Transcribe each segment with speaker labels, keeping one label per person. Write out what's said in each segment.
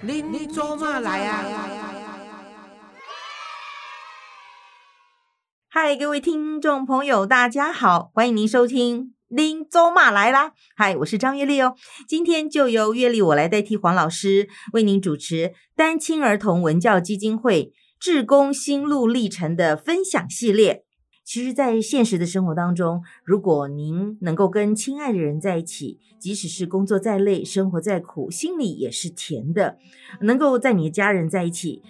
Speaker 1: 您您做嘛来啊？
Speaker 2: 嗨，各位听众朋友，大家好，欢迎您收听《林周马来啦》。嗨，我是张月丽哦，今天就由月丽我来代替黄老师为您主持单亲儿童文教基金会志工心路历程的分享系列。其实，在现实的生活当中，如果您能够跟亲爱的人在一起，即使是工作再累、生活再苦，心里也是甜的；能够在你的家人在一起，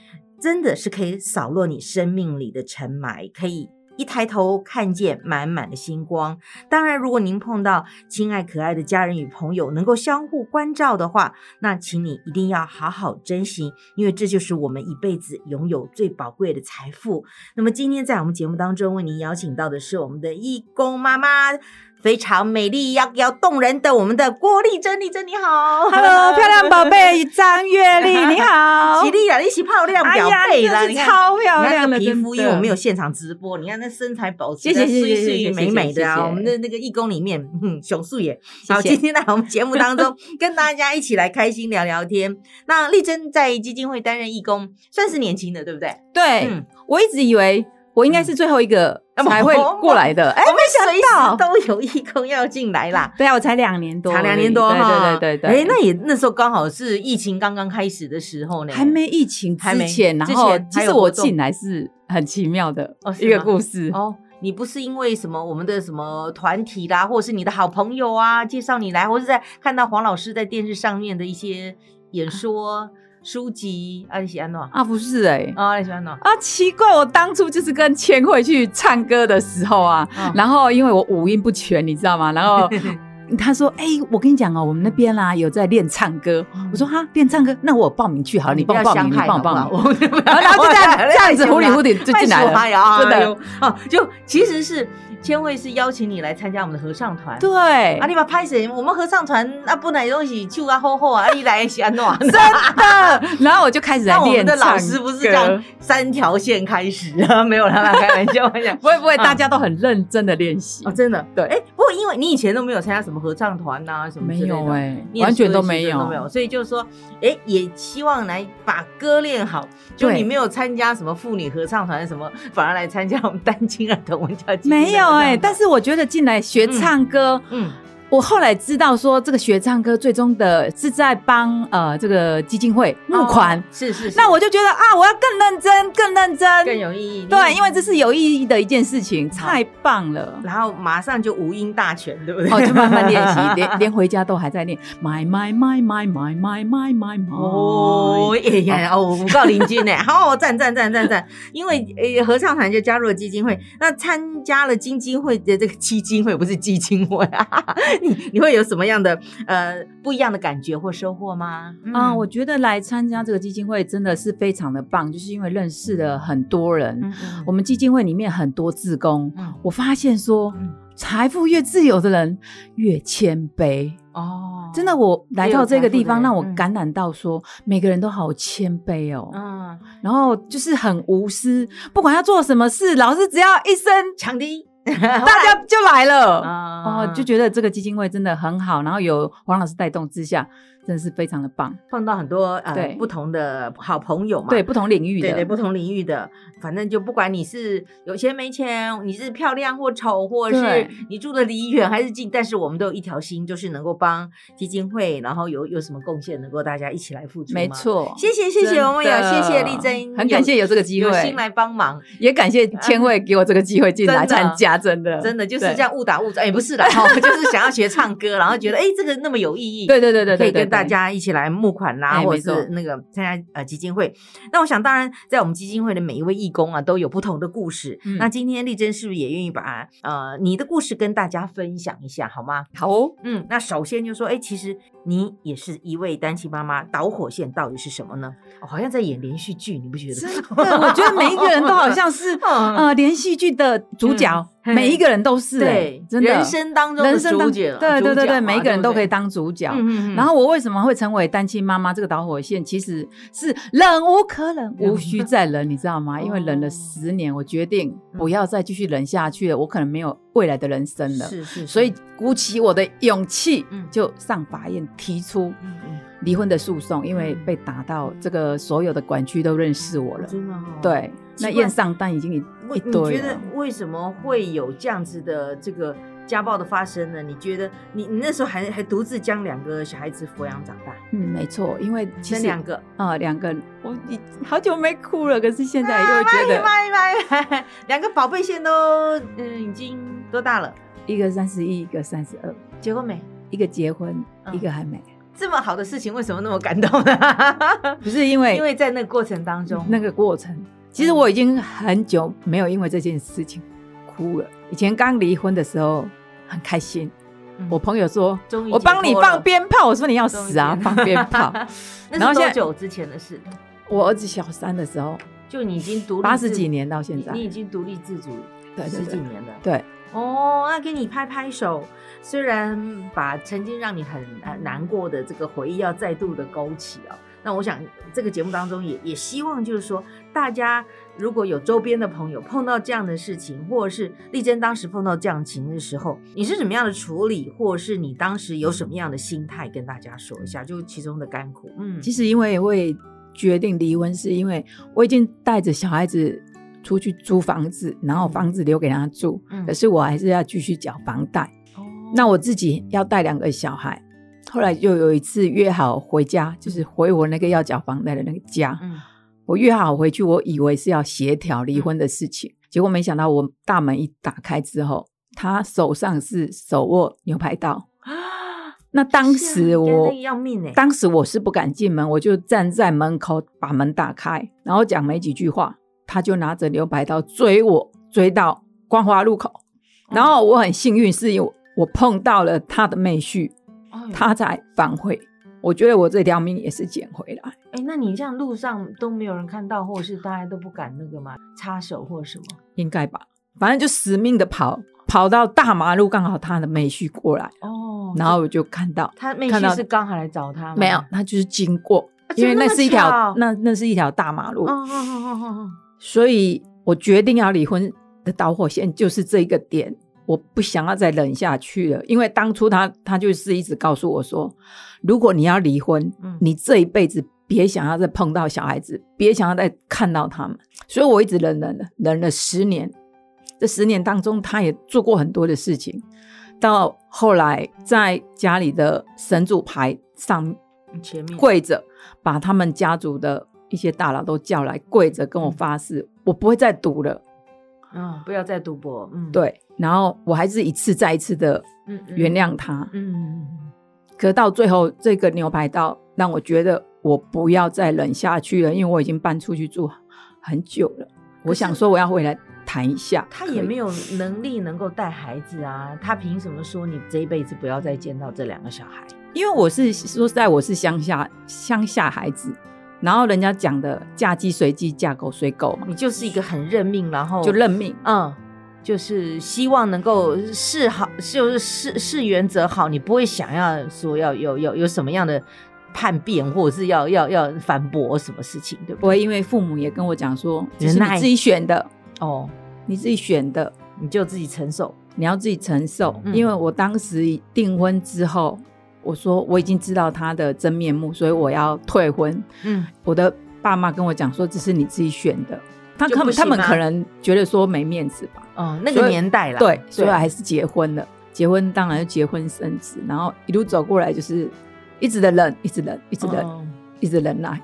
Speaker 2: 真的是可以扫落你生命里的尘霾，可以一抬头看见满满的星光。当然，如果您碰到亲爱可爱的家人与朋友，能够相互关照的话，那请你一定要好好珍惜，因为这就是我们一辈子拥有最宝贵的财富。那么今天在我们节目当中为您邀请到的是我们的义工妈妈。非常美丽、妖妖动人的我们的郭丽珍，丽珍你好
Speaker 3: Hello，漂亮宝贝张月 丽，你好
Speaker 2: 起！立了，一起泡亮表
Speaker 3: 哎
Speaker 2: 背
Speaker 3: 呀
Speaker 2: 啦！
Speaker 3: 真
Speaker 2: 你
Speaker 3: 是
Speaker 2: 看，
Speaker 3: 超漂
Speaker 2: 你看那
Speaker 3: 亮
Speaker 2: 个
Speaker 3: 了，
Speaker 2: 皮肤，因
Speaker 3: 真
Speaker 2: 为
Speaker 3: 的
Speaker 2: 我们有现场直播，你看那身材保持
Speaker 3: 谢
Speaker 2: 的
Speaker 3: 谢
Speaker 2: 碎
Speaker 3: 谢谢谢
Speaker 2: 碎
Speaker 3: 谢
Speaker 2: 美美的
Speaker 3: 谢
Speaker 2: 啊！
Speaker 3: 谢
Speaker 2: 我们的那个义工里面，嗯，熊素也。
Speaker 3: 谢
Speaker 2: 好，
Speaker 3: 谢
Speaker 2: 今天在我们节目当 中跟大家一起来开心聊聊天。那丽珍在基金会担任义工，算是年轻的，对不对？
Speaker 3: 对
Speaker 2: 嗯，
Speaker 3: 我一直以为我应该是最后一个
Speaker 2: 嗯哦
Speaker 3: 才会过来的，哎，
Speaker 2: 我们
Speaker 3: 没想到，
Speaker 2: 随时都有义工要进来啦。
Speaker 3: 对啊，我才两年多而已，
Speaker 2: 差两年多
Speaker 3: 对
Speaker 2: 哈，
Speaker 3: 对对对对，
Speaker 2: 哎，那也那时候刚好是疫情刚刚开始的时候呢，
Speaker 3: 还没疫情
Speaker 2: 还没
Speaker 3: 之前，然
Speaker 2: 之
Speaker 3: 后
Speaker 2: 前
Speaker 3: 其
Speaker 2: 还
Speaker 3: 实
Speaker 2: 有
Speaker 3: 我
Speaker 2: 活动
Speaker 3: 进来是很奇妙的
Speaker 2: 哦是
Speaker 3: 一个
Speaker 2: 吗
Speaker 3: 故事，
Speaker 2: 哦，你不是因为什么我们的什么团体啦，或者是你的好朋友啊介绍你来，或是在看到黄老师在电视上面的一些演说、 书籍啊，你喜欢哪？
Speaker 3: 啊，不是哎，
Speaker 2: 啊，你喜欢哪？
Speaker 3: 啊，奇怪，我当初就是跟千惠去唱歌的时候啊，
Speaker 2: 嗯
Speaker 3: 然后因为我五音不全，你知道吗？然后他说：“哎、我跟你讲哦，我们那边啦、有在练唱歌。
Speaker 2: 嗯哦
Speaker 3: 我说：“哈，练唱歌，那我报名去好了，你
Speaker 2: 不
Speaker 3: 帮
Speaker 2: 要
Speaker 3: 我报名，
Speaker 2: 伤
Speaker 3: 你
Speaker 2: 害
Speaker 3: 帮
Speaker 2: 好
Speaker 3: 我
Speaker 2: 不
Speaker 3: 报
Speaker 2: 好，
Speaker 3: 名。”
Speaker 2: 我
Speaker 3: 然后就这样这样子糊里糊涂 就进来了。
Speaker 2: 呀，
Speaker 3: 真的
Speaker 2: 哎呦哦，就其实是千惠是邀请你来参加我们的合唱团，
Speaker 3: 对
Speaker 2: 啊，，你把拍谁？我们合唱团啊，不乃东西就啊厚厚啊，啊你来喜欢 哪？
Speaker 3: 真的。 然后我就开始来
Speaker 2: 那我们
Speaker 3: 练
Speaker 2: 的
Speaker 3: 唱歌。
Speaker 2: 老师不是这样，三条线开始 啊？没有啦，他开玩笑，我 讲
Speaker 3: 不会不会，
Speaker 2: 嗯
Speaker 3: 大家都很认真的练习。
Speaker 2: 哦，真的
Speaker 3: 对
Speaker 2: 哎，不过因为你以前都没有参加什么合唱团呐、什么
Speaker 3: 没
Speaker 2: 之类的
Speaker 3: 有哎、
Speaker 2: 念
Speaker 3: 完
Speaker 2: 书的
Speaker 3: 全都
Speaker 2: 期间
Speaker 3: 没有，
Speaker 2: 都没有，所以就是说，哎，也希望来把歌练好。就
Speaker 3: 对
Speaker 2: 你没有参加什么妇女合唱团什么，反而来参加我们单亲儿童文教基金的
Speaker 3: 没有哎、
Speaker 2: 合唱团
Speaker 3: 但是我觉得进来学唱歌，
Speaker 2: 嗯
Speaker 3: 我后来知道说，这个学唱歌最终的是在帮呃这个基金会募款，
Speaker 2: 哦是是是，
Speaker 3: 那我就觉得啊，我要更认真，更认真，
Speaker 2: 更有意义。
Speaker 3: 对，因为这是有意义的一件事情，太棒了。
Speaker 2: 然后马上就五音大全，对不对？
Speaker 3: 哦，就慢慢练习， 连连回家都还在练。买买买买买买买买买。
Speaker 2: 哦，哎呀，哦，我告林 军呢，好，赞赞赞赞赞！因为呃，合唱团就加入了基金会，那参加了基金会的这个基金会不是基金会啊， 你你会有什么样的呃不一样的感觉或收获吗？嗯
Speaker 3: 啊、我觉得来参加这个基金会真的是非常的棒，就是因为认识了很多人。
Speaker 2: 嗯
Speaker 3: 我们基金会里面很多志工，
Speaker 2: 嗯
Speaker 3: 我发现说
Speaker 2: 嗯，
Speaker 3: 财富越自由的人越谦卑。
Speaker 2: 哦
Speaker 3: 真的，我来到这个地方，
Speaker 2: 也有财富的人
Speaker 3: 让我感染到说，每个人都好谦卑哦，
Speaker 2: 嗯，
Speaker 3: 然后就是很无私，不管要做什么事，老师只要一声，
Speaker 2: 强敌
Speaker 3: 大家就来了。
Speaker 2: 啊
Speaker 3: 哦，就觉得这个基金会真的很好，然后有黄老师带动之下，真的是非常的棒。
Speaker 2: 碰到很多呃
Speaker 3: 对
Speaker 2: 不同的好朋友嘛，
Speaker 3: 对，不同领域
Speaker 2: 对对，
Speaker 3: 的，
Speaker 2: 不同领域的，反正就不管你是有钱没钱，你是漂亮或丑，或是
Speaker 3: 对
Speaker 2: 你住的离远还是近，但是我们都有一条心，就是能够帮基金会，然后有有什么贡献，能够大家一起来付出。
Speaker 3: 没，错。
Speaker 2: 谢谢谢谢
Speaker 3: 真的
Speaker 2: 我们有谢谢丽珍，
Speaker 3: 很感谢有这个机
Speaker 2: 有
Speaker 3: 会，
Speaker 2: 心来帮忙，
Speaker 3: 也感谢千惠给我这个机会进来
Speaker 2: 真的
Speaker 3: 参加，真的，
Speaker 2: 真的就是
Speaker 3: 对
Speaker 2: 这。样误打误撞，也不是啦，哦就是想要学唱歌，然后觉得哎这个那么有意义，
Speaker 3: 对对对对对，
Speaker 2: 可以
Speaker 3: 对
Speaker 2: 跟大。家一起来募款啦，
Speaker 3: 哎
Speaker 2: 或
Speaker 3: 没
Speaker 2: 者是
Speaker 3: 错
Speaker 2: 那个参加呃基金会。那我想，当然在我们基金会的每一位义工啊，都有不同的故事。
Speaker 3: 嗯
Speaker 2: 那今天丽珍是不是也愿意把呃你的故事跟大家分享一下，好吗？
Speaker 3: 对好哦，
Speaker 2: 嗯，那首先就说，哎，其实你也是一位单亲妈妈，导火线到底是什么呢？哦好像在演连续剧，你不觉
Speaker 3: 真
Speaker 2: 得？
Speaker 3: 的，我觉得每一个人都好像 是
Speaker 2: 嗯
Speaker 3: 呃，连续剧的主角，
Speaker 2: 嗯
Speaker 3: 每一个人都是
Speaker 2: 对
Speaker 3: 哎，真的，
Speaker 2: 人生当中的
Speaker 3: 人生
Speaker 2: 主
Speaker 3: 当
Speaker 2: 角，
Speaker 3: 对对
Speaker 2: 主
Speaker 3: 对
Speaker 2: 角嘛
Speaker 3: 对，每一个人都可以。
Speaker 2: 对
Speaker 3: 当主角
Speaker 2: 不对。嗯嗯嗯
Speaker 3: 然后我为什么会成为单亲妈妈这个导火线，其实是忍无可忍，
Speaker 2: 忍哦
Speaker 3: 无 需再忍，你知道吗？因为忍了十年，我决定
Speaker 2: 嗯
Speaker 3: 不要再继续忍下去了，我可能没有未来的人生了。
Speaker 2: 是是，
Speaker 3: 所以
Speaker 2: 是
Speaker 3: 鼓起我的勇气
Speaker 2: 嗯，
Speaker 3: 就上法院提出
Speaker 2: 嗯嗯
Speaker 3: 离婚的诉讼，因为被打到这个所有的管区都认识我了。
Speaker 2: 真的哦。
Speaker 3: 对，
Speaker 2: 奇
Speaker 3: 那
Speaker 2: 怪
Speaker 3: 验上单已经一
Speaker 2: 为
Speaker 3: 一
Speaker 2: 你
Speaker 3: 堆
Speaker 2: 觉得
Speaker 3: 了。
Speaker 2: 为什么会有这样子的这个家暴的发生呢？你觉得你你那时候还还独自将两个小孩子抚养长大，
Speaker 3: 嗯，没错，因为其
Speaker 2: 生
Speaker 3: 实
Speaker 2: 两个，
Speaker 3: 啊，两个，我已好久没哭了，可是现在又觉得
Speaker 2: 哎妈妈，两个宝贝现在都嗯已经多大了？
Speaker 3: 一个三十一，一个三十二，
Speaker 2: 结婚没？
Speaker 3: 一个结婚，
Speaker 2: 嗯
Speaker 3: 一个还没，
Speaker 2: 这么好的事情，为什么那么感动呢？
Speaker 3: 不是因为
Speaker 2: 因为在那个过程当中，
Speaker 3: 那个过程，其实我已经很久没有因为这件事情哭了。以前刚离婚的时候很开心，
Speaker 2: 嗯
Speaker 3: 我朋友说
Speaker 2: 终于
Speaker 3: 我帮你
Speaker 2: 解脱了
Speaker 3: 放鞭炮，我说你要死啊，放鞭炮。 然
Speaker 2: 那是多
Speaker 3: 后现在
Speaker 2: 久之前的事？
Speaker 3: 我儿子小三的 时候，
Speaker 2: 就你已经独立
Speaker 3: 八
Speaker 2: 自
Speaker 3: 十几，年到现在，
Speaker 2: 你已经独立自主
Speaker 3: 对
Speaker 2: 十
Speaker 3: 对
Speaker 2: 几
Speaker 3: 对
Speaker 2: 年了。
Speaker 3: 对，
Speaker 2: 哦，那给你拍拍手。虽然把曾经让你很呃难过的这个回忆要再度的勾起哦，那我想这个节目当中也也希望就是说，大家如果有周边的朋友碰到这样的事情，或者是呃丽珍当时碰到这样情的时候，你是怎么样的处理，或者是你当时有什么样的心态，跟大家说一下，就其中的甘苦。嗯，
Speaker 3: 其实因为我也决定离婚，是因为我已经带着小孩子出去租房子，然后房子留给他住，
Speaker 2: 嗯
Speaker 3: 可是我还是要继续缴房贷。那我自己要带两个小孩，后来就有一次约好回家，就是回我那个要缴房贷的那个家。
Speaker 2: 嗯
Speaker 3: 我约好回去，我以为是要协调离婚的事情，结果没想到我大门一打开之后，他手上是手握牛排刀。
Speaker 2: 啊，
Speaker 3: 那当
Speaker 2: 是
Speaker 3: 时
Speaker 2: 啊跟那
Speaker 3: 我
Speaker 2: 个要命欸
Speaker 3: 当时我是不敢进门，我就站在门口把门打开，然后讲没几句话，他就拿着牛排刀追我，追到光华路
Speaker 2: 哦
Speaker 3: 口。然后我很幸运，是因为我碰到了他的妹婿，
Speaker 2: 哎呦
Speaker 3: 他才返回。我觉得我这条命也是捡回来。
Speaker 2: 哎、那你这样路上都没有人看到，或者是大家都不敢那个嘛，插手或什么？
Speaker 3: 应该吧，反正就死命的跑，跑到大马路，刚好他的妹婿过来，
Speaker 2: 哦
Speaker 3: 然后我就看到
Speaker 2: 他妹
Speaker 3: 看到
Speaker 2: 婿是刚好来找他吗？
Speaker 3: 没有，他就是经过，
Speaker 2: 啊
Speaker 3: 因为
Speaker 2: 怎么那
Speaker 3: 那
Speaker 2: 么
Speaker 3: 是一条
Speaker 2: 巧
Speaker 3: 那那是一条大马路，
Speaker 2: 嗯。嗯嗯嗯嗯嗯
Speaker 3: 所以我决定要离婚的导火线就是这一个点，我不想要再忍下去了。因为当初他他就是一直告诉我说，如果你要离婚，
Speaker 2: 嗯
Speaker 3: 你这一辈子别想要再碰到小孩子，别想要再看到他们。所以我一直忍忍了，忍了十年。这十年当中，他也做过很多的事情，到后来在家里的神主牌上
Speaker 2: 嗯，前面
Speaker 3: 跪着，把他们家族的一些大佬都叫来，跪着跟我发誓，我不会再赌了。
Speaker 2: 嗯，不要再赌博，嗯，，
Speaker 3: 对，然后我还是一次再一次的
Speaker 2: 嗯嗯
Speaker 3: 原谅他，
Speaker 2: 嗯嗯
Speaker 3: 可到最后这个牛排刀让我觉得我不要再忍下去了，因为我已经搬出去住很久了。我想说我要回来谈一下，
Speaker 2: 他也
Speaker 3: 可以
Speaker 2: 没有能力能够带孩子啊，他凭什么说你这一辈子不要再见到这两个小孩？
Speaker 3: 因为我是说实在，我是乡下乡下孩子，然后人家讲的嫁鸡随鸡，嫁狗随狗嘛，
Speaker 2: 你就是一个很认命，然后
Speaker 3: 就认命。
Speaker 2: 嗯，就是希望能够是好，就是是是原则好，你不会想要说要有有有什么样的叛变，或者是要要要反驳什么事情，对不
Speaker 3: 不会，因为父母也跟我讲说，这是
Speaker 2: 忍
Speaker 3: 你
Speaker 2: 耐
Speaker 3: 自己选的，
Speaker 2: 对？哦，
Speaker 3: 你自己选的，
Speaker 2: 你就自己承受。
Speaker 3: 你要自己承受。
Speaker 2: 嗯
Speaker 3: 因为我当时订婚之后，我说我已经知道他的真面目，所以我要退婚。
Speaker 2: 嗯，
Speaker 3: 我的爸妈跟我讲说，这是你自己选的。他
Speaker 2: 就
Speaker 3: 可
Speaker 2: 不
Speaker 3: 他
Speaker 2: 行
Speaker 3: 们
Speaker 2: 吗
Speaker 3: 可能觉得说没面子吧，
Speaker 2: 哦，那
Speaker 3: 所
Speaker 2: 个
Speaker 3: 以
Speaker 2: 年代啦，
Speaker 3: 对，所以还是结婚了。结婚当然就结婚生子，然后一路走过来就是一直的忍，一直忍，一直忍，
Speaker 2: 哦
Speaker 3: 一直忍耐。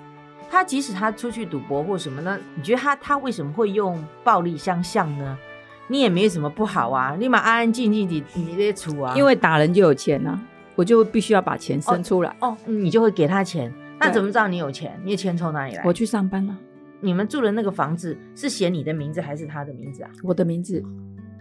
Speaker 2: 他即使他出去赌博或什么呢，你觉得他他为什么会用暴力相向呢？你也没什么不好啊，你嘛安安静静地你在处啊，
Speaker 3: 因为打人就有钱呐、我就必须要把钱生出来。
Speaker 2: 哦，你就会给他钱，那
Speaker 3: 对
Speaker 2: 怎么知道你有钱？你的钱从哪里来？
Speaker 3: 我去上班了，
Speaker 2: 你们住的那个房子是写你的名字还是他的名字啊？
Speaker 3: 我的名字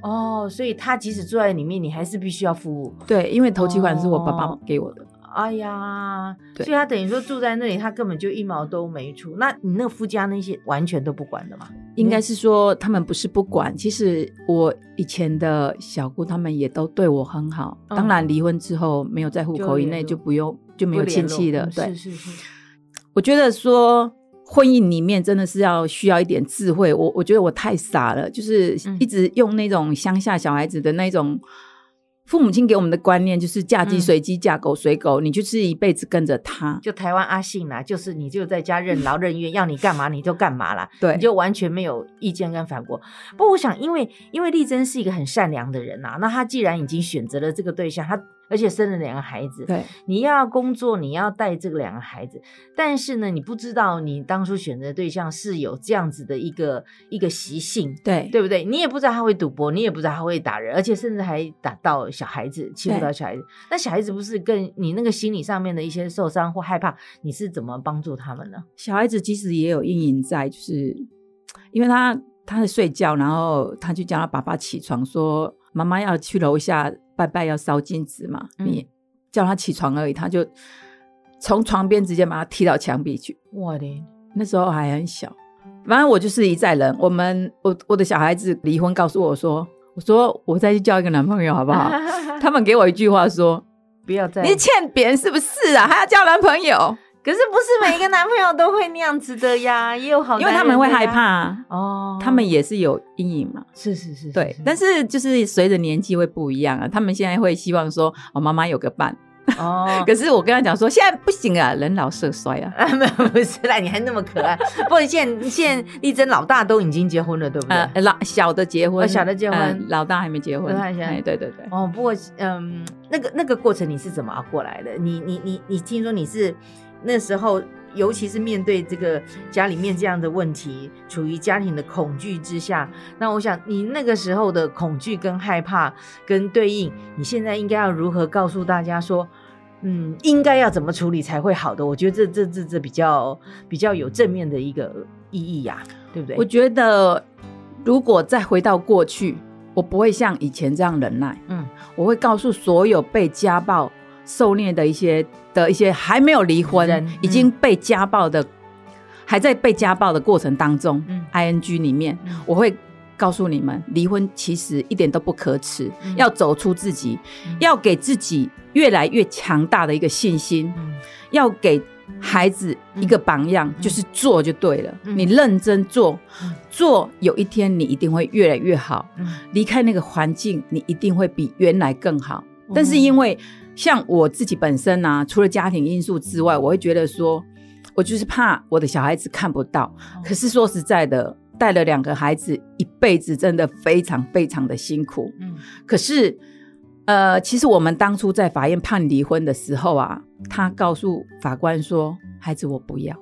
Speaker 2: 哦，所以他即使住在里面，你还是必须要服务。
Speaker 3: 对，因为头期款是我爸爸
Speaker 2: 哦
Speaker 3: 给我的，
Speaker 2: 哎呀，
Speaker 3: 对
Speaker 2: 所以他等于说住在那里，他根本就一毛都没出。那你那个夫家那些完全都不管的嘛？
Speaker 3: 应该是说他们不是不管，其实我以前的小姑他们也都对我很好。
Speaker 2: 嗯
Speaker 3: 当然离婚之后没有在户口以
Speaker 2: 就联
Speaker 3: 内
Speaker 2: 络
Speaker 3: 就不用就没有亲戚了。
Speaker 2: 不联络
Speaker 3: 对
Speaker 2: 嗯，是是是，
Speaker 3: 我觉得说婚姻里面真的是要需要一点智慧。我我觉得我太傻了，就是
Speaker 2: 嗯
Speaker 3: 一直用那种乡下小孩子的那种父母亲给我们的观念就是嫁鸡
Speaker 2: 嗯
Speaker 3: 随鸡，嫁狗随狗，你就是一辈子跟着他。
Speaker 2: 就台湾阿信啦，就是你就在家任劳任怨，要你干嘛你就干嘛啦，
Speaker 3: 对
Speaker 2: 你，就完全没有意见跟反驳。不过我想，因为因为丽珍是一个很善良的人呐、那她既然已经选择了这个对象，她而且生了两个孩子，
Speaker 3: 对
Speaker 2: 你要工作，你要带这个两个孩子，但是呢，你不知道你当初选择的对象是有这样子的一个一个习性。
Speaker 3: 对
Speaker 2: 对不对？你也不知道他会赌博，你也不知道他会打人，而且甚至还打到小孩子，欺负
Speaker 3: 对
Speaker 2: 到小孩子。那小孩子不是更你那个心理上面的一些受伤或害怕，你是怎么帮助他们呢？
Speaker 3: 小孩子其实也有阴影在，就是因为他他在睡觉，然后他就叫他爸爸起床说妈妈要去楼下拜拜，要烧金纸嘛，
Speaker 2: 嗯
Speaker 3: 你叫他起床而已，他就从床边直接把他踢到墙壁去。
Speaker 2: 我的，
Speaker 3: 那时候还很小，反正我就是一再忍。我们我我的小孩子离婚，告诉我说，我说我再去交一个男朋友好 不好？他们给我一句话说
Speaker 2: 不要再。：“
Speaker 3: 你欠扁是不是啊？还要交男朋友
Speaker 2: 可是不是每一个男朋友都会那样子的呀，也有？”好，
Speaker 3: 因为他们会害怕、啊，
Speaker 2: 哦，
Speaker 3: 他们也是有阴影嘛。
Speaker 2: 是是是，
Speaker 3: 对，但
Speaker 2: 是
Speaker 3: 是就是随着年纪会不一样啊，他们现在会希望说，哦，妈妈有个伴。
Speaker 2: 哦，
Speaker 3: 可是我跟他讲说，现在不行啊，人老色衰啊。
Speaker 2: 啊，没有不是啦，你还那么可爱。不过现现丽珍老大都已经结婚了，对不对？啊
Speaker 3: 呃，老小的结婚，
Speaker 2: 哦小的结婚
Speaker 3: 嗯老大还没结婚。
Speaker 2: 老大还没结婚
Speaker 3: 哎对对对，
Speaker 2: 哦，不过嗯，那个那个过程你是怎么熬过来的？你你你你听说你是那时候，尤其是面对这个家里面这样的问题，处于家庭的恐惧之下，那我想你那个时候的恐惧跟害怕跟对应，你现在应该要如何告诉大家说？嗯，应该要怎么处理才会好的？我觉得这这这这比较比较有正面的一个意义呀、对不对？
Speaker 3: 我觉得如果再回到过去，我不会像以前这样忍耐。
Speaker 2: 嗯，
Speaker 3: 我会告诉所有被家暴受虐的一些的一些还没有离婚
Speaker 2: 人、嗯
Speaker 3: 已经被家暴的，还在被家暴的过程当中、
Speaker 2: 嗯
Speaker 3: i N G 里面，
Speaker 2: 嗯
Speaker 3: 我会。告诉你们，离婚其实一点都不可耻，
Speaker 2: 嗯
Speaker 3: 要走出自己，
Speaker 2: 嗯
Speaker 3: 要给自己越来越强大的一个信心。
Speaker 2: 嗯
Speaker 3: 要给孩子一个榜样，
Speaker 2: 嗯
Speaker 3: 就是做就对了。
Speaker 2: 嗯
Speaker 3: 你认真做
Speaker 2: 嗯，
Speaker 3: 做有一天你一定会越来越好。
Speaker 2: 嗯
Speaker 3: 离开那个环境，你一定会比原来更好。但是因为像我自己本身啊，除了家庭因素之外，我会觉得说，我就是怕我的小孩子看不到。可是说实在的，带了两个孩子一辈子，真的非常非常的辛苦。
Speaker 2: 嗯
Speaker 3: 可是，呃，其实我们当初在法院判离婚的时候啊，他告诉法官说：“孩子，我不要。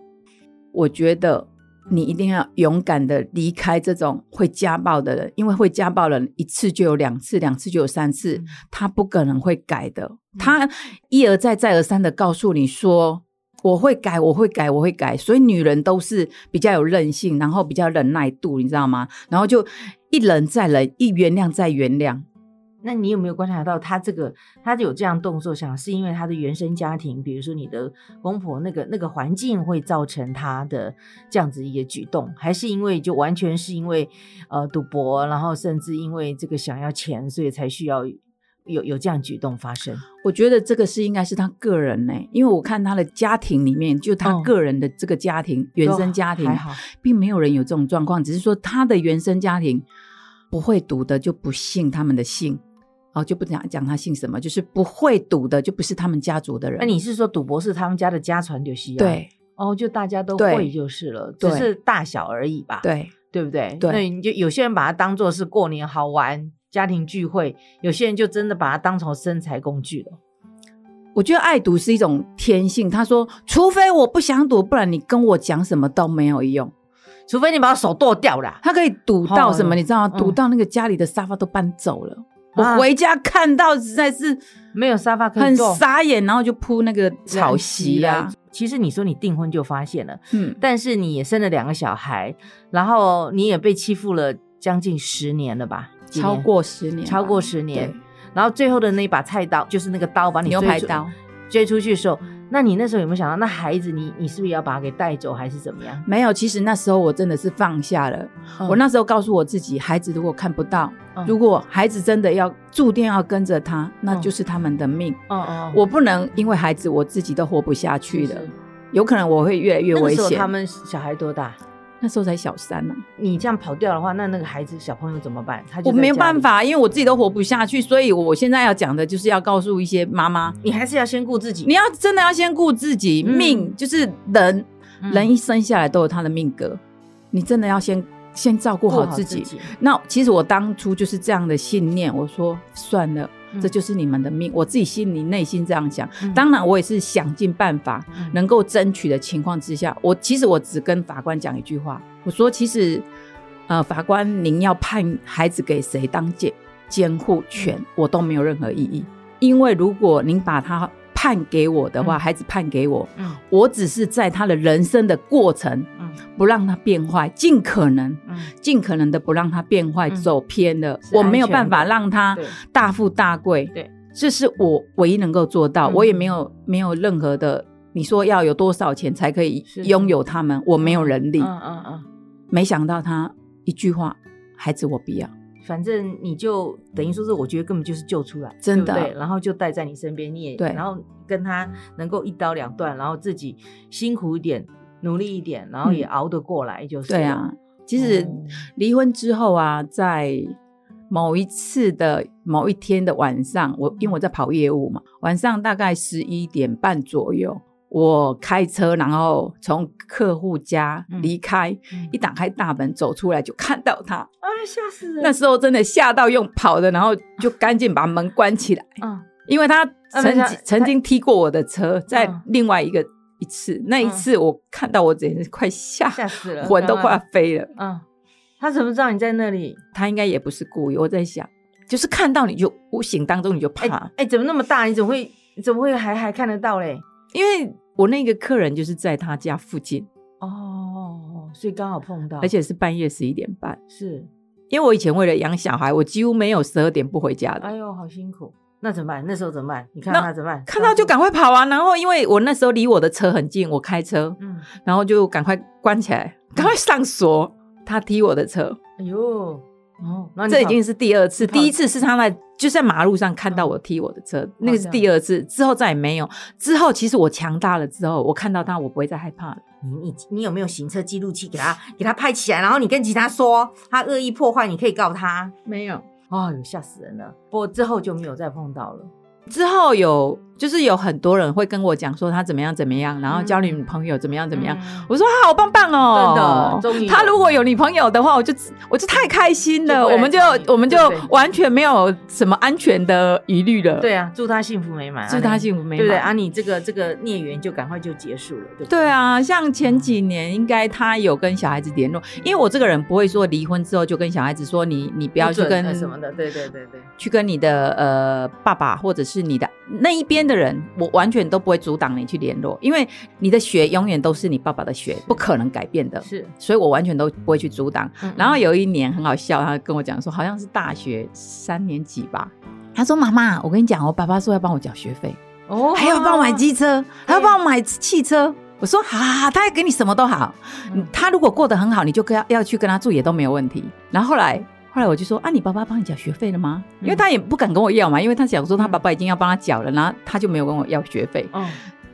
Speaker 3: 我觉得你一定要勇敢的离开这种会家暴的人，因为会家暴的人一次就有两次，两次就有三次，
Speaker 2: 嗯
Speaker 3: 他不可能会改的。他一而再、再而三的告诉你说。”我会改，我会改，我会改。所以女人都是比较有韧性，然后比较忍耐度，你知道吗？然后就一忍再忍，一原谅再原谅。
Speaker 2: 那你有没有观察到他这个，他有这样动作，想是因为他的原生家庭，比如说你的公婆那个那个环境会造成他的这样子一个举动，还是因为就完全是因为呃赌博，然后甚至因为这个想要钱，所以才需要有有这样举动发生？
Speaker 3: 我觉得这个是应该是他个人呢、因为我看他的家庭里面，就他
Speaker 2: 嗯
Speaker 3: 个人的这个家庭、原生家庭
Speaker 2: 还好，
Speaker 3: 并没有人有这种状况，只是说他的原生家庭不会读的就不姓他们的姓，哦，就不讲讲他姓什么，就是不会读的就不是他们家族的人。
Speaker 2: 那你是说赌博是他们家的家传流习啊？，
Speaker 3: 对
Speaker 2: 哦，就大家都
Speaker 3: 对
Speaker 2: 会就是了，只
Speaker 3: 对
Speaker 2: 是大小而已吧？。
Speaker 3: 对
Speaker 2: 对不对？
Speaker 3: 对
Speaker 2: 那你就有些人把它当做是过年好玩、家庭聚会，有些人就真的把它当成身材工具了。
Speaker 3: 我觉得爱读是一种天性。他说，除非我不想读，不然你跟我讲什么都没有用。
Speaker 2: 除非你把手剁掉啦，
Speaker 3: 他可以赌到什么，
Speaker 2: 哦
Speaker 3: 你知道吗？
Speaker 2: 嗯
Speaker 3: 赌到那个家里的沙发都搬走了。
Speaker 2: 啊
Speaker 3: 我回家看到实在是
Speaker 2: 没有沙发可以
Speaker 3: 很
Speaker 2: 坐，
Speaker 3: 傻眼，然后就铺那个草席啦、
Speaker 2: 啊。其实你说你订婚就发现了，
Speaker 3: 嗯，
Speaker 2: 但是你也生了两个小孩，然后你也被欺负了将近十年了吧？几年
Speaker 3: 超过十年吧，
Speaker 2: 超过十年
Speaker 3: 对，
Speaker 2: 然后最后的那一把菜刀，就是那个刀把你
Speaker 3: 牛
Speaker 2: 追
Speaker 3: 排
Speaker 2: 出
Speaker 3: 刀
Speaker 2: 追出去的时候，那你那时候有没有想到，那孩子你你是不是也要把他给带走，还是怎么样？
Speaker 3: 没有。其实那时候我真的是放下了。我那时候告诉我自己，孩子如果看不到，
Speaker 2: 嗯
Speaker 3: 如果孩子真的要注定要跟着他，那
Speaker 2: 嗯
Speaker 3: 就是他们的命。
Speaker 2: 哦哦，
Speaker 3: 我不能因为孩子我自己都活不下去
Speaker 2: 是
Speaker 3: 了，有可能我会越来越
Speaker 2: 那个
Speaker 3: 危
Speaker 2: 时候
Speaker 3: 险
Speaker 2: 他。们小孩多大？
Speaker 3: 那时候才小三啊呢、
Speaker 2: 你这样跑掉的话，那那个孩子小朋友怎么办？他就
Speaker 3: 我
Speaker 2: 在
Speaker 3: 没
Speaker 2: 家
Speaker 3: 办
Speaker 2: 里，
Speaker 3: 法，因为我自己都活不下去，所以我现在要讲的就是要告诉一些妈妈，
Speaker 2: 你还是要先顾自己。
Speaker 3: 你要真的要先顾自己，
Speaker 2: 嗯
Speaker 3: 命就是人，
Speaker 2: 嗯
Speaker 3: 人一生下来都有他的命格，你真的要先先照顾
Speaker 2: 顾
Speaker 3: 好
Speaker 2: 好
Speaker 3: 自
Speaker 2: 自
Speaker 3: 己。
Speaker 2: 己，
Speaker 3: 那其实我当初就是这样的信念，我说算了，
Speaker 2: 嗯
Speaker 3: 这就是你们的命，我自己心里内心这样想。
Speaker 2: 嗯
Speaker 3: 当然，我也是想尽办法
Speaker 2: 嗯
Speaker 3: 能够争取的情况之下，我其实我只跟法官讲一句话，我说其实，呃，法官您要判孩子给谁当监监护权，
Speaker 2: 嗯
Speaker 3: 我都没有任何异议，因为如果您把他判给我的话，
Speaker 2: 嗯
Speaker 3: 孩子判给我，
Speaker 2: 嗯
Speaker 3: 我只是在他的人生的过程
Speaker 2: 嗯
Speaker 3: 不让他变坏，尽可能。
Speaker 2: 嗯，
Speaker 3: 尽可能的不让他变坏、
Speaker 2: 嗯
Speaker 3: 走偏了，
Speaker 2: 是
Speaker 3: 我没有
Speaker 2: 安全
Speaker 3: 办法
Speaker 2: 的
Speaker 3: 让他
Speaker 2: 对
Speaker 3: 大富大贵。
Speaker 2: 对，
Speaker 3: 这是我唯一能够做到，
Speaker 2: 嗯
Speaker 3: 我也没有没有任何的。你说要有多少钱才可以
Speaker 2: 是
Speaker 3: 拥有他们？我没有能力。
Speaker 2: 嗯嗯嗯，
Speaker 3: 没想到他一句话，孩子我不要，
Speaker 2: 反正你就等于说是，我觉得根本就是救出来，
Speaker 3: 真的
Speaker 2: 对不对然后就带在你身边，你也
Speaker 3: 对
Speaker 2: 然后跟他能够一刀两断，然后自己辛苦一点，努力一点，然后也
Speaker 3: 嗯
Speaker 2: 熬得过来，就是了
Speaker 3: 对啊，，其实
Speaker 2: 哦
Speaker 3: 离婚之后啊，在某一次的某一天的晚上，我
Speaker 2: 嗯
Speaker 3: 因为我在跑业务嘛，晚上大概十一点半左右，我开车，然后从客户家离开，
Speaker 2: 嗯
Speaker 3: 一打开大门走出来就看到他，
Speaker 2: 哎，吓死人！
Speaker 3: 那时候真的吓到用跑的，然后就赶紧把门关起来，
Speaker 2: 嗯
Speaker 3: 因为他曾
Speaker 2: 啊没
Speaker 3: 经
Speaker 2: 事他
Speaker 3: 曾经踢过我的车，在
Speaker 2: 嗯
Speaker 3: 另外一个一次，那一次我看到我简直快吓
Speaker 2: 吓死 了，
Speaker 3: 魂都
Speaker 2: 赶快
Speaker 3: 快飞了。
Speaker 2: 嗯，他怎么知道你在那里？
Speaker 3: 他应该也不是故意。我在想，就是看到你就无形当中你就
Speaker 2: 哎、
Speaker 3: 怕，
Speaker 2: 哎、怎么那么大？你怎么会你怎么会还还看得到嘞？
Speaker 3: 因为我那个客人就是在他家附近，
Speaker 2: 哦，所以刚好碰到，
Speaker 3: 而且是半夜十一点半。
Speaker 2: 是，
Speaker 3: 因为我以前为了养小孩，我几乎没有十二点不回家的，
Speaker 2: 哎呦，好辛苦。那怎么办？那时候怎么办？你看
Speaker 3: 那
Speaker 2: 到他怎么办？
Speaker 3: 看到就赶快跑啊！然后因为我那时候离我的车很近，我开车，
Speaker 2: 嗯，
Speaker 3: 然后就赶快关起来，赶快上锁。他踢我的车，
Speaker 2: 哎呦，哦，那你
Speaker 3: 这已
Speaker 2: 跑
Speaker 3: 经是第二次，
Speaker 2: 你跑
Speaker 3: 第一次是他在就在马路上看到我踢我的车，那个是第二次，之后再也没有。之后其实我强大了之后，我看到他，我不会再害怕了。
Speaker 2: 你你你有没有行车记录器给他给他拍起来？然后你跟警察说他恶意破坏，你可以告他。
Speaker 3: 没有。
Speaker 2: 哦，有吓死人了！不过之后就没有再碰到了。
Speaker 3: 之后有就是有很多人会跟我讲说他怎么样怎么样，然后交女朋友怎么样怎么样。
Speaker 2: 嗯
Speaker 3: 我说啊，好棒棒哦！
Speaker 2: 真的终于有
Speaker 3: 他如果有女朋友的话，我就我就太开心
Speaker 2: 就
Speaker 3: 了，
Speaker 2: 不会
Speaker 3: 我们就
Speaker 2: 来找你
Speaker 3: 我们就
Speaker 2: 对不对
Speaker 3: 完全没有什么安全的疑虑了。
Speaker 2: 对，啊，祝他幸福美满，
Speaker 3: 祝他
Speaker 2: 啊你
Speaker 3: 幸福美满。
Speaker 2: 对不对？啊，你这个这个孽缘就赶快就结束了，对不对？
Speaker 3: 对啊，像前几年应该他有跟小孩子联络，因为我这个人不会说离婚之后就跟小孩子说你你不
Speaker 2: 不
Speaker 3: 要去
Speaker 2: 准
Speaker 3: 跟
Speaker 2: 呃什么的，对对对对，
Speaker 3: 去跟你的呃爸爸或者是你的那一边的人，我完全都不会阻挡你去联络，因为你的血永远都是你爸爸的血
Speaker 2: 是，
Speaker 3: 不可能改变的，
Speaker 2: 是。
Speaker 3: 所以我完全都不会去阻挡。
Speaker 2: 嗯
Speaker 3: 然后有一年很好笑，他跟我讲说，好像是大学三年级吧，他说妈妈，我跟你讲，我爸爸说要帮我缴学费，
Speaker 2: 哦
Speaker 3: 还要帮我买，机车，还要
Speaker 2: 对
Speaker 3: 帮我买汽车。我说好好好，他还给你什么都好，
Speaker 2: 嗯
Speaker 3: 他如果过得很好，你就跟他要去跟他住也都没有问题。然后后来后来我就说啊，你爸爸帮你缴学费了吗？
Speaker 2: 嗯
Speaker 3: 因为他也不敢跟我要嘛，因为他想说他爸爸已经要帮他缴了，然后他就没有跟我要学费。
Speaker 2: 嗯，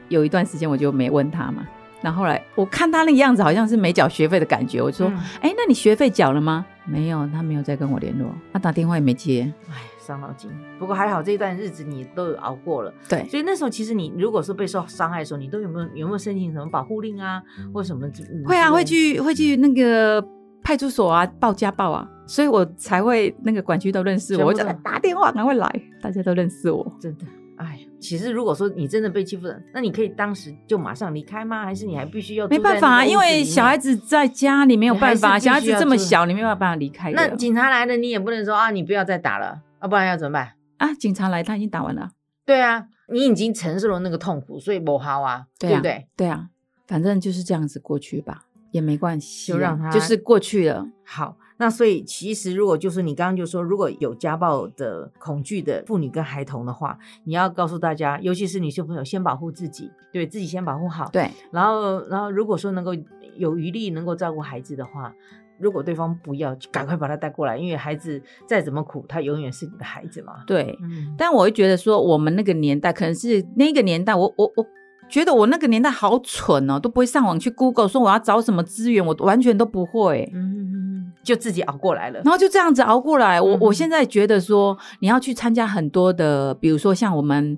Speaker 3: 有一段时间我就没问他嘛。然后后来我看他那个样子，好像是没缴学费的感觉，我就说
Speaker 2: 说，
Speaker 3: 哎、那你学费缴了吗？没有，他没有再跟我联络，他打电话也没接。
Speaker 2: 哎，伤脑筋。不过还好这一段日子你都有熬过了，
Speaker 3: 对，
Speaker 2: 所以那时候其实你如果说备受伤害的时候，你都有没有有没有申请什么保护令啊，或什么之？
Speaker 3: 会啊，
Speaker 2: 之类
Speaker 3: 会。去会去那个派出所啊报家暴啊，所以我才会那个管区都认识我，我
Speaker 2: 全
Speaker 3: 就
Speaker 2: 部都
Speaker 3: 打电话赶快来，大家都认识我。
Speaker 2: 真的，哎呀，其实如果说你真的被欺负了，那你可以当时就马上离开吗？还是你还必须要
Speaker 3: 没
Speaker 2: 住在
Speaker 3: 办法、
Speaker 2: 那
Speaker 3: 啊，
Speaker 2: 个
Speaker 3: 因
Speaker 2: 屋子里
Speaker 3: 为
Speaker 2: 面
Speaker 3: 小孩子在家里没有
Speaker 2: 你还
Speaker 3: 办法，
Speaker 2: 是必须
Speaker 3: 小孩子
Speaker 2: 要
Speaker 3: 这么
Speaker 2: 住
Speaker 3: 小，你没有办法离开的。
Speaker 2: 那警察来了，你也不能说啊，你不要再打了啊，不然要怎么办？
Speaker 3: 啊，警察来，他已经打完了。
Speaker 2: 对啊，你已经承受了那个痛苦，所以不好啊，
Speaker 3: 对
Speaker 2: 对
Speaker 3: 啊
Speaker 2: 不对？
Speaker 3: 对啊，反正就是这样子过去吧，也没关系啊，
Speaker 2: 就让他
Speaker 3: 就是过去了。
Speaker 2: 好，那所以其实如果就是你刚刚就说，如果有家暴的恐惧的妇女跟孩童的话，你要告诉大家，尤其是女性朋友，先保护自己，对自己先保护好。，
Speaker 3: 对，
Speaker 2: 然后然后如果说能够有余力能够照顾孩子的话。如果对方不要，就赶快把他带过来，因为孩子再怎么苦，他永远是你的孩子嘛。
Speaker 3: 对，
Speaker 2: 嗯，
Speaker 3: 但我会觉得说，我们那个年代可能是那个年代我，我我觉得我那个年代好蠢哦，都不会上网去 Google 说我要找什么资源，我完全都不会。
Speaker 2: 嗯，就自己熬过来了。
Speaker 3: 然后就这样子熬过来。我、
Speaker 2: 嗯
Speaker 3: 我现在觉得说，你要去参加很多的，比如说像我们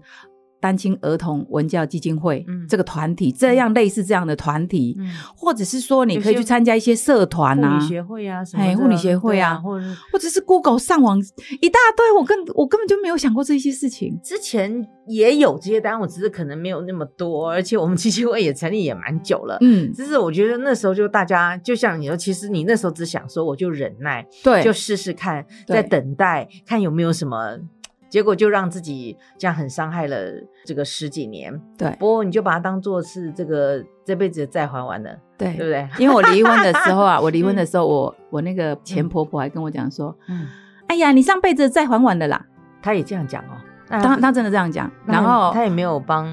Speaker 3: 单亲儿童文教基金会、
Speaker 2: 嗯
Speaker 3: 这个团体，这样类似这样的团体，
Speaker 2: 嗯，
Speaker 3: 或者是说你可
Speaker 2: 有
Speaker 3: 以去
Speaker 2: 些
Speaker 3: 参加一些社团
Speaker 2: 护
Speaker 3: 啊
Speaker 2: 理。学会啊什么
Speaker 3: 哎
Speaker 2: 的，
Speaker 3: 护理协会
Speaker 2: 对
Speaker 3: 啊
Speaker 2: 或者是
Speaker 3: 或者是 Google 上网一大堆，我根我根本就没有想过这些事情。
Speaker 2: 之前也有这些单，我只是可能没有那么多，而且我们基 金会也成立也蛮久了。
Speaker 3: 嗯，
Speaker 2: 只是我觉得那时候就大家就像你说，其实你那时候只想说，我就忍耐，
Speaker 3: 对，
Speaker 2: 就是试试看，
Speaker 3: 对
Speaker 2: 再等待看有没有什么，结果就让自己这样很伤害了这个十几年。
Speaker 3: 对
Speaker 2: 不过你就把它当做是这个这辈子再还完了，对嗯不
Speaker 3: 对。
Speaker 2: 对？
Speaker 3: 因为我离婚的时候 啊，我离婚的时候，我我那个前婆婆还跟我讲说，
Speaker 2: 嗯，
Speaker 3: 哎呀，你上辈子再还完的啦。
Speaker 2: 他也这样讲哦。那
Speaker 3: 她她真的这样讲，
Speaker 2: 那
Speaker 3: 然后
Speaker 2: 他也没有帮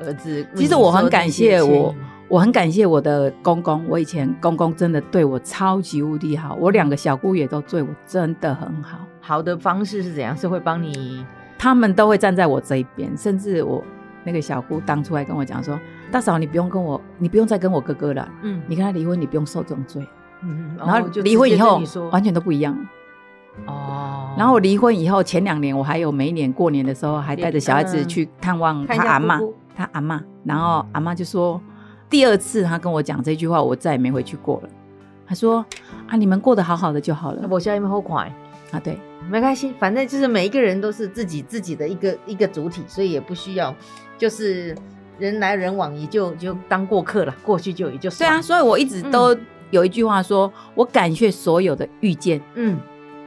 Speaker 2: 儿子。
Speaker 3: 其实我很感谢我，我很感谢我的公公。我以前公公真的对我超级无敌
Speaker 2: 嗯
Speaker 3: 好，我两个小姑也都对我真的很好，
Speaker 2: 好的方式是怎样？是会帮你
Speaker 3: 他们都会站在我这一边。甚至我那个小姑当初还跟我讲说：“大嫂，你不用跟我，你不用再跟我哥哥了，
Speaker 2: 嗯
Speaker 3: 你跟他离婚，你不用受这种罪。
Speaker 2: 嗯，
Speaker 3: 然后
Speaker 2: 就
Speaker 3: 离婚
Speaker 2: 直
Speaker 3: 以
Speaker 2: 接跟
Speaker 3: 后
Speaker 2: 你说
Speaker 3: 完全都不一样了。
Speaker 2: 哦，
Speaker 3: 然后我离婚以后前两年，我还有每一年过年的时候还带着小孩子
Speaker 2: 嗯
Speaker 3: 去探望
Speaker 2: 看
Speaker 3: 他
Speaker 2: 一下
Speaker 3: 阿妈
Speaker 2: 姑姑，
Speaker 3: 他阿妈，然后阿妈就说，第二次他跟我讲这句话，我再也没回去过了。他说啊，你们过得好好的就好了
Speaker 2: 我现在没后款，
Speaker 3: 啊，对
Speaker 2: 没关系，反正就是每一个人都是自己自己的一个一个主体，所以也不需要就是人来人往，也就就当过客了，过去就也就
Speaker 3: 对啊，
Speaker 2: 算了，
Speaker 3: 所以我一直都有一句话说，我感谢所有的遇见，
Speaker 2: 嗯，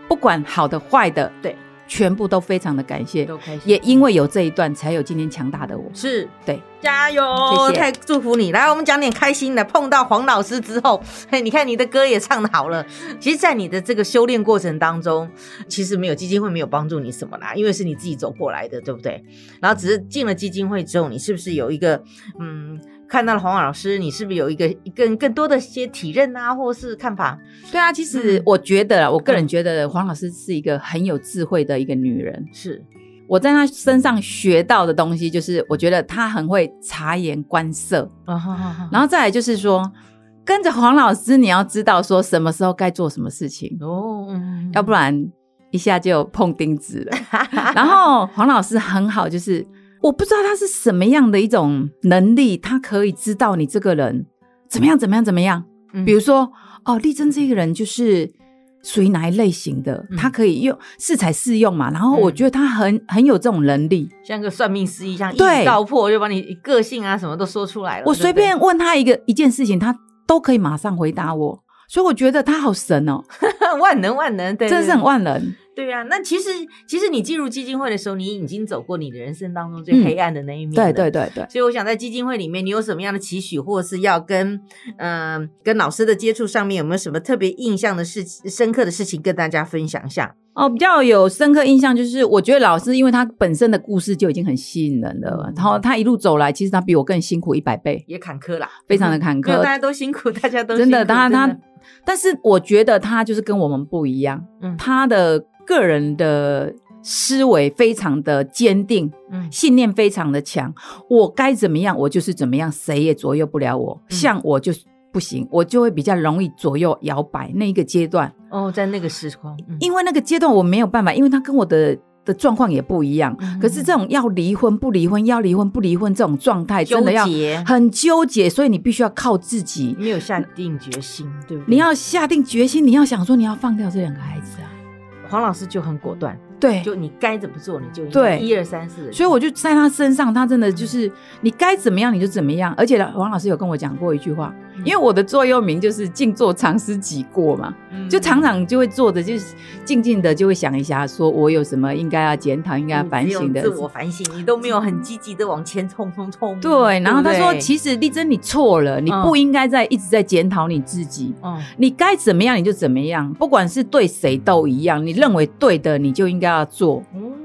Speaker 3: 不管好的坏的，
Speaker 2: 对，
Speaker 3: 全部都非常的感谢，
Speaker 2: 都开心，
Speaker 3: 也因为有这一段，才有今天强大的我。
Speaker 2: 是
Speaker 3: 对，
Speaker 2: 加油！
Speaker 3: 谢谢
Speaker 2: 太祝福你。来，我们讲点开心的。碰到黄老师之后， 嘿，你看你的歌也唱得好了。其实，在你的这个修炼过程当中，其实没有基金会没有帮助你什么啦，因为是你自己走过来的，对不对？然后只是进了基金会之后，你是不是有一个嗯，看到了黄老师，你是不是有一个更更多的一些体认啊，或是看法？
Speaker 3: 对啊，其实
Speaker 2: 嗯
Speaker 3: 我觉得啊，我个人觉得黄老师是一个很有智慧的一个女人。
Speaker 2: 是，
Speaker 3: 我在他身上学到的东西，就是我觉得他很会察言观色，
Speaker 2: 啊哈哈哈
Speaker 3: 然后再来就是说，跟着黄老师，你要知道说什么时候该做什么事情，
Speaker 2: 哦，嗯
Speaker 3: 要不然一下就碰钉子了。然后黄老师很好，就是我不知道他是什么样的一种能力，他可以知道你这个人怎么样怎么样怎么样。
Speaker 2: 嗯
Speaker 3: 比如说，哦，丽珍这个人就是属于哪一类型的，
Speaker 2: 嗯
Speaker 3: 他可以用适才适用嘛。然后我
Speaker 2: 嗯
Speaker 3: 觉得他很很有这种能力。
Speaker 2: 像个算命师一样，一
Speaker 3: 对
Speaker 2: 语道破，就把你个性啊什么都说出来了。
Speaker 3: 我
Speaker 2: 对不
Speaker 3: 随
Speaker 2: 对
Speaker 3: 便问他一个一件事情，他都可以马上回答我，所以我觉得他好神哦，
Speaker 2: 万能万能，对，
Speaker 3: 真是很
Speaker 2: 万
Speaker 3: 万能。
Speaker 2: 对啊。那其实其实你进入基金会的时候，你已经走过你的人生当中最黑暗的那一面、
Speaker 3: 嗯对对。对对，
Speaker 2: 所以我想在基金会里面，你有什么样的期许，或是要跟嗯、跟老师的接触上面有没有什么特别印象的事、深刻的事情跟大家分享一下？
Speaker 3: 哦，比较有深刻印象就是，我觉得老师因为他本身的故事就已经很吸引人了
Speaker 2: 嗯，
Speaker 3: 然后他一路走来，其实他比我更辛苦一百倍，
Speaker 2: 也坎坷啦，
Speaker 3: 非常的坎
Speaker 2: 嗯没有大
Speaker 3: 坷，
Speaker 2: 家都辛苦，大家都
Speaker 3: 真的。
Speaker 2: 辛苦
Speaker 3: 当然
Speaker 2: 真
Speaker 3: 他
Speaker 2: 的，
Speaker 3: 但是我觉得他就是跟我们不一样，
Speaker 2: 嗯
Speaker 3: 他的个人的思维非常的坚定，
Speaker 2: 嗯
Speaker 3: 信念非常的强，我该怎么样我就是怎么样，谁也左右不了我。
Speaker 2: 嗯
Speaker 3: 像我就是不行，我就会比较容易左右摇摆那一个阶段，
Speaker 2: 哦，在那个时空，嗯
Speaker 3: 因为那个阶段我没有办法，因为他跟我的。的状况也不一样，
Speaker 2: 嗯
Speaker 3: 可是这种要离婚不离婚，要离婚不离婚这种状态，真
Speaker 2: 纠
Speaker 3: 的要
Speaker 2: 结，嗯
Speaker 3: 很纠结，所以你必须要靠自己，
Speaker 2: 没有下定决心，对不对？
Speaker 3: 你要下定决心，你要想说你要放掉这两个孩子啊，
Speaker 2: 黄老师就很果断，
Speaker 3: 对，
Speaker 2: 就你该怎么做你就应该
Speaker 3: 对
Speaker 2: 一二三四，
Speaker 3: 所以我就在他身上，他真的就是你该怎么样你就怎么样。而且王老师有跟我讲过一句话，
Speaker 2: 嗯
Speaker 3: 因为我的座右铭就是“静坐常思己过”嘛，
Speaker 2: 嗯
Speaker 3: 就常常就会坐着，就是静静的就会想一下，说我有什么应该要检讨、应该要反省的
Speaker 2: 嗯你只。有自我反省，你都没有很积极的往前冲冲冲。
Speaker 3: 对，然后他说，
Speaker 2: 实，
Speaker 3: 其实丽珍你错了，你
Speaker 2: 嗯
Speaker 3: 不应该在一直在检讨你自己。
Speaker 2: 嗯，
Speaker 3: 你该怎么样你就怎么样，不管是对谁都一样。你认为对的，你就应该要做；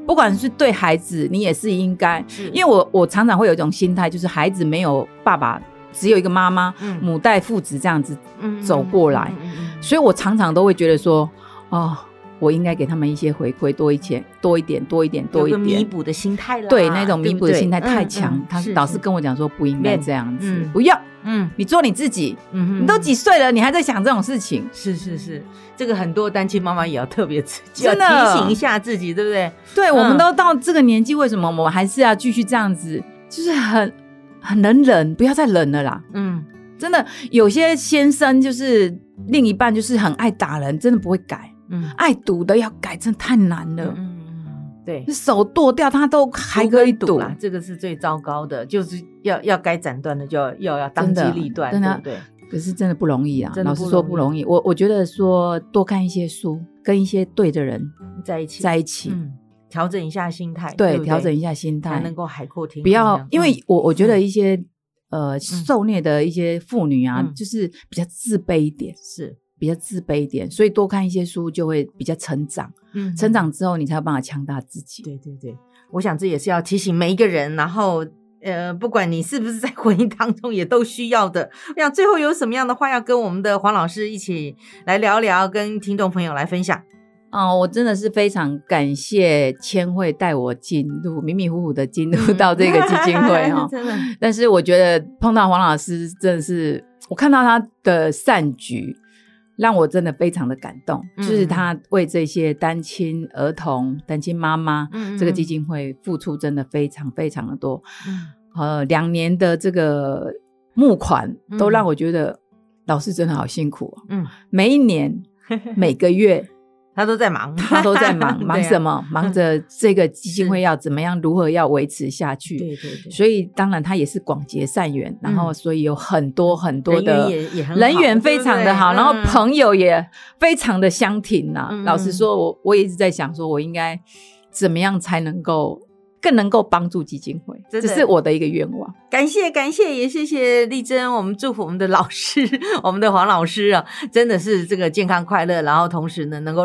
Speaker 3: 不管是对孩子，你也是应该。
Speaker 2: 嗯是
Speaker 3: 因为我我常常会有一种心态，就是孩子没有爸爸，只有一个妈妈，
Speaker 2: 嗯
Speaker 3: 母带父子这样子，
Speaker 2: 为
Speaker 3: 走过来，
Speaker 2: 嗯嗯嗯嗯
Speaker 3: 所以我常常都会觉得说，哦，我应该给他们一些回馈，多一些，多一点，多一点，多
Speaker 2: 有
Speaker 3: 一
Speaker 2: 个弥
Speaker 3: 点。
Speaker 2: 补的心态啦，
Speaker 3: 对，那种弥补的
Speaker 2: 对不对
Speaker 3: 心态太
Speaker 2: 嗯
Speaker 3: 强
Speaker 2: 嗯，
Speaker 3: 他
Speaker 2: 是
Speaker 3: 老师
Speaker 2: 是
Speaker 3: 跟我讲说不应该
Speaker 2: 练
Speaker 3: 这样子
Speaker 2: 嗯，
Speaker 3: 不要，
Speaker 2: 嗯
Speaker 3: 你做你自己，
Speaker 2: 嗯哼，
Speaker 3: 你都几岁了，你还在想这种事情，
Speaker 2: 是是是，这个很多单亲妈妈也要特别自己要
Speaker 3: 真的
Speaker 2: 提醒一下自己，对不对？
Speaker 3: 对，
Speaker 2: 嗯
Speaker 3: 我们都到这个年纪，为什么我们还是要继续这样子？就是很很能忍，不要再忍了啦！
Speaker 2: 嗯，
Speaker 3: 真的，有些先生就是另一半，就是很爱打人，真的不会改，
Speaker 2: 嗯
Speaker 3: 爱赌的要改，真的太难了。
Speaker 2: 嗯，对，
Speaker 3: 手剁掉他都还可以
Speaker 2: 赌
Speaker 3: 赌，
Speaker 2: 啦，这个是最糟糕的，就是要要该斩断的就要要要当
Speaker 3: 真
Speaker 2: 机
Speaker 3: 的
Speaker 2: 立断，
Speaker 3: 真的
Speaker 2: 对不对？
Speaker 3: 可是真的不容易啊！
Speaker 2: 真的
Speaker 3: 老
Speaker 2: 不容易
Speaker 3: 实说不容易，我我觉得说多看一些书，跟一些对的人
Speaker 2: 在一起，
Speaker 3: 在一起，
Speaker 2: 嗯，调整一下心态，
Speaker 3: 对，
Speaker 2: 不
Speaker 3: 调整一下心
Speaker 2: 才
Speaker 3: 态
Speaker 2: 能，够海阔天空
Speaker 3: 不
Speaker 2: 这样。
Speaker 3: 要，
Speaker 2: 嗯
Speaker 3: 因为我我觉得一些、呃受虐的一些妇女啊，
Speaker 2: 嗯
Speaker 3: 就是比较自卑一点，
Speaker 2: 是
Speaker 3: 比较自卑一点，所以多看一些书就会比较成长，
Speaker 2: 嗯
Speaker 3: 成长之后你才有办法强大自己。
Speaker 2: 对对对，我想这也是要提醒每一个人，然后呃，不管你是不是在婚姻当中，也都需要的。我想最后有什么样的话要跟我们的黄老师一起来聊聊，跟听众朋友来分享。
Speaker 3: 啊、我真的是非常感谢千惠带我进入，迷迷糊糊的进入
Speaker 2: 嗯
Speaker 3: 到这个基金会 哦。
Speaker 2: 真的，
Speaker 3: 但是我觉得碰到黄老师真的是，我看到他的善举，让我真的非常的感动。
Speaker 2: 嗯
Speaker 3: 就是他为这些单亲儿童、单亲妈妈、
Speaker 2: 嗯
Speaker 3: 这个基，金会付出真的非常非常的多。
Speaker 2: 嗯
Speaker 3: 呃，两年的这个募款
Speaker 2: 嗯
Speaker 3: 都让我觉得老师真的好辛苦、哦，
Speaker 2: 嗯，
Speaker 3: 每一年 每个月。
Speaker 2: 他都在忙，
Speaker 3: 他都在 忙，
Speaker 2: 对啊
Speaker 3: 忙什？么？忙着这个基金会要怎么样，如何要维持下去。
Speaker 2: 对对对，
Speaker 3: 所以当然他也是广结善缘，然后所以有很多很多
Speaker 2: 人缘
Speaker 3: 的
Speaker 2: 也也很好
Speaker 3: 人缘非常的好，
Speaker 2: 对
Speaker 3: 然
Speaker 2: 不
Speaker 3: 后
Speaker 2: 对嗯
Speaker 3: 朋友也非常的相挺呐、
Speaker 2: 嗯
Speaker 3: 老实说，我我也一直在想，说我应该怎么样才能够更能够帮助基金会，
Speaker 2: 真
Speaker 3: 这
Speaker 2: 的
Speaker 3: 是我的一个愿望。
Speaker 2: 感谢感谢，也谢谢丽珍，我们祝福我们的老师， 我们的黄老师啊，真的是这个健康快乐，然后同时呢，能够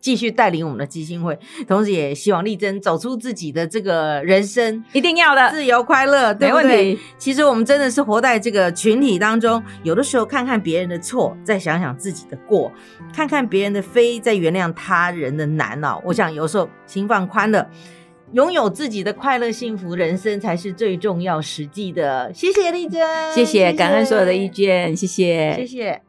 Speaker 2: 继续带领我们的基金会，同时也希望丽珍走出自己的这个人生。
Speaker 3: 一定要的，
Speaker 2: 自由快乐，对
Speaker 3: 呃没
Speaker 2: 不
Speaker 3: 问
Speaker 2: 对？
Speaker 3: 题。
Speaker 2: 其实我们真的是活在这个群体当中，有的时候看看别人的错，再想想自己的过，看看别人的非，再原谅他人的难啊。我想有时候心放宽了。拥有自己的快乐、幸福人生才是最重要、实际的。谢谢丽珍，
Speaker 3: 谢谢，感恩所有的意，见，谢谢
Speaker 2: 谢谢。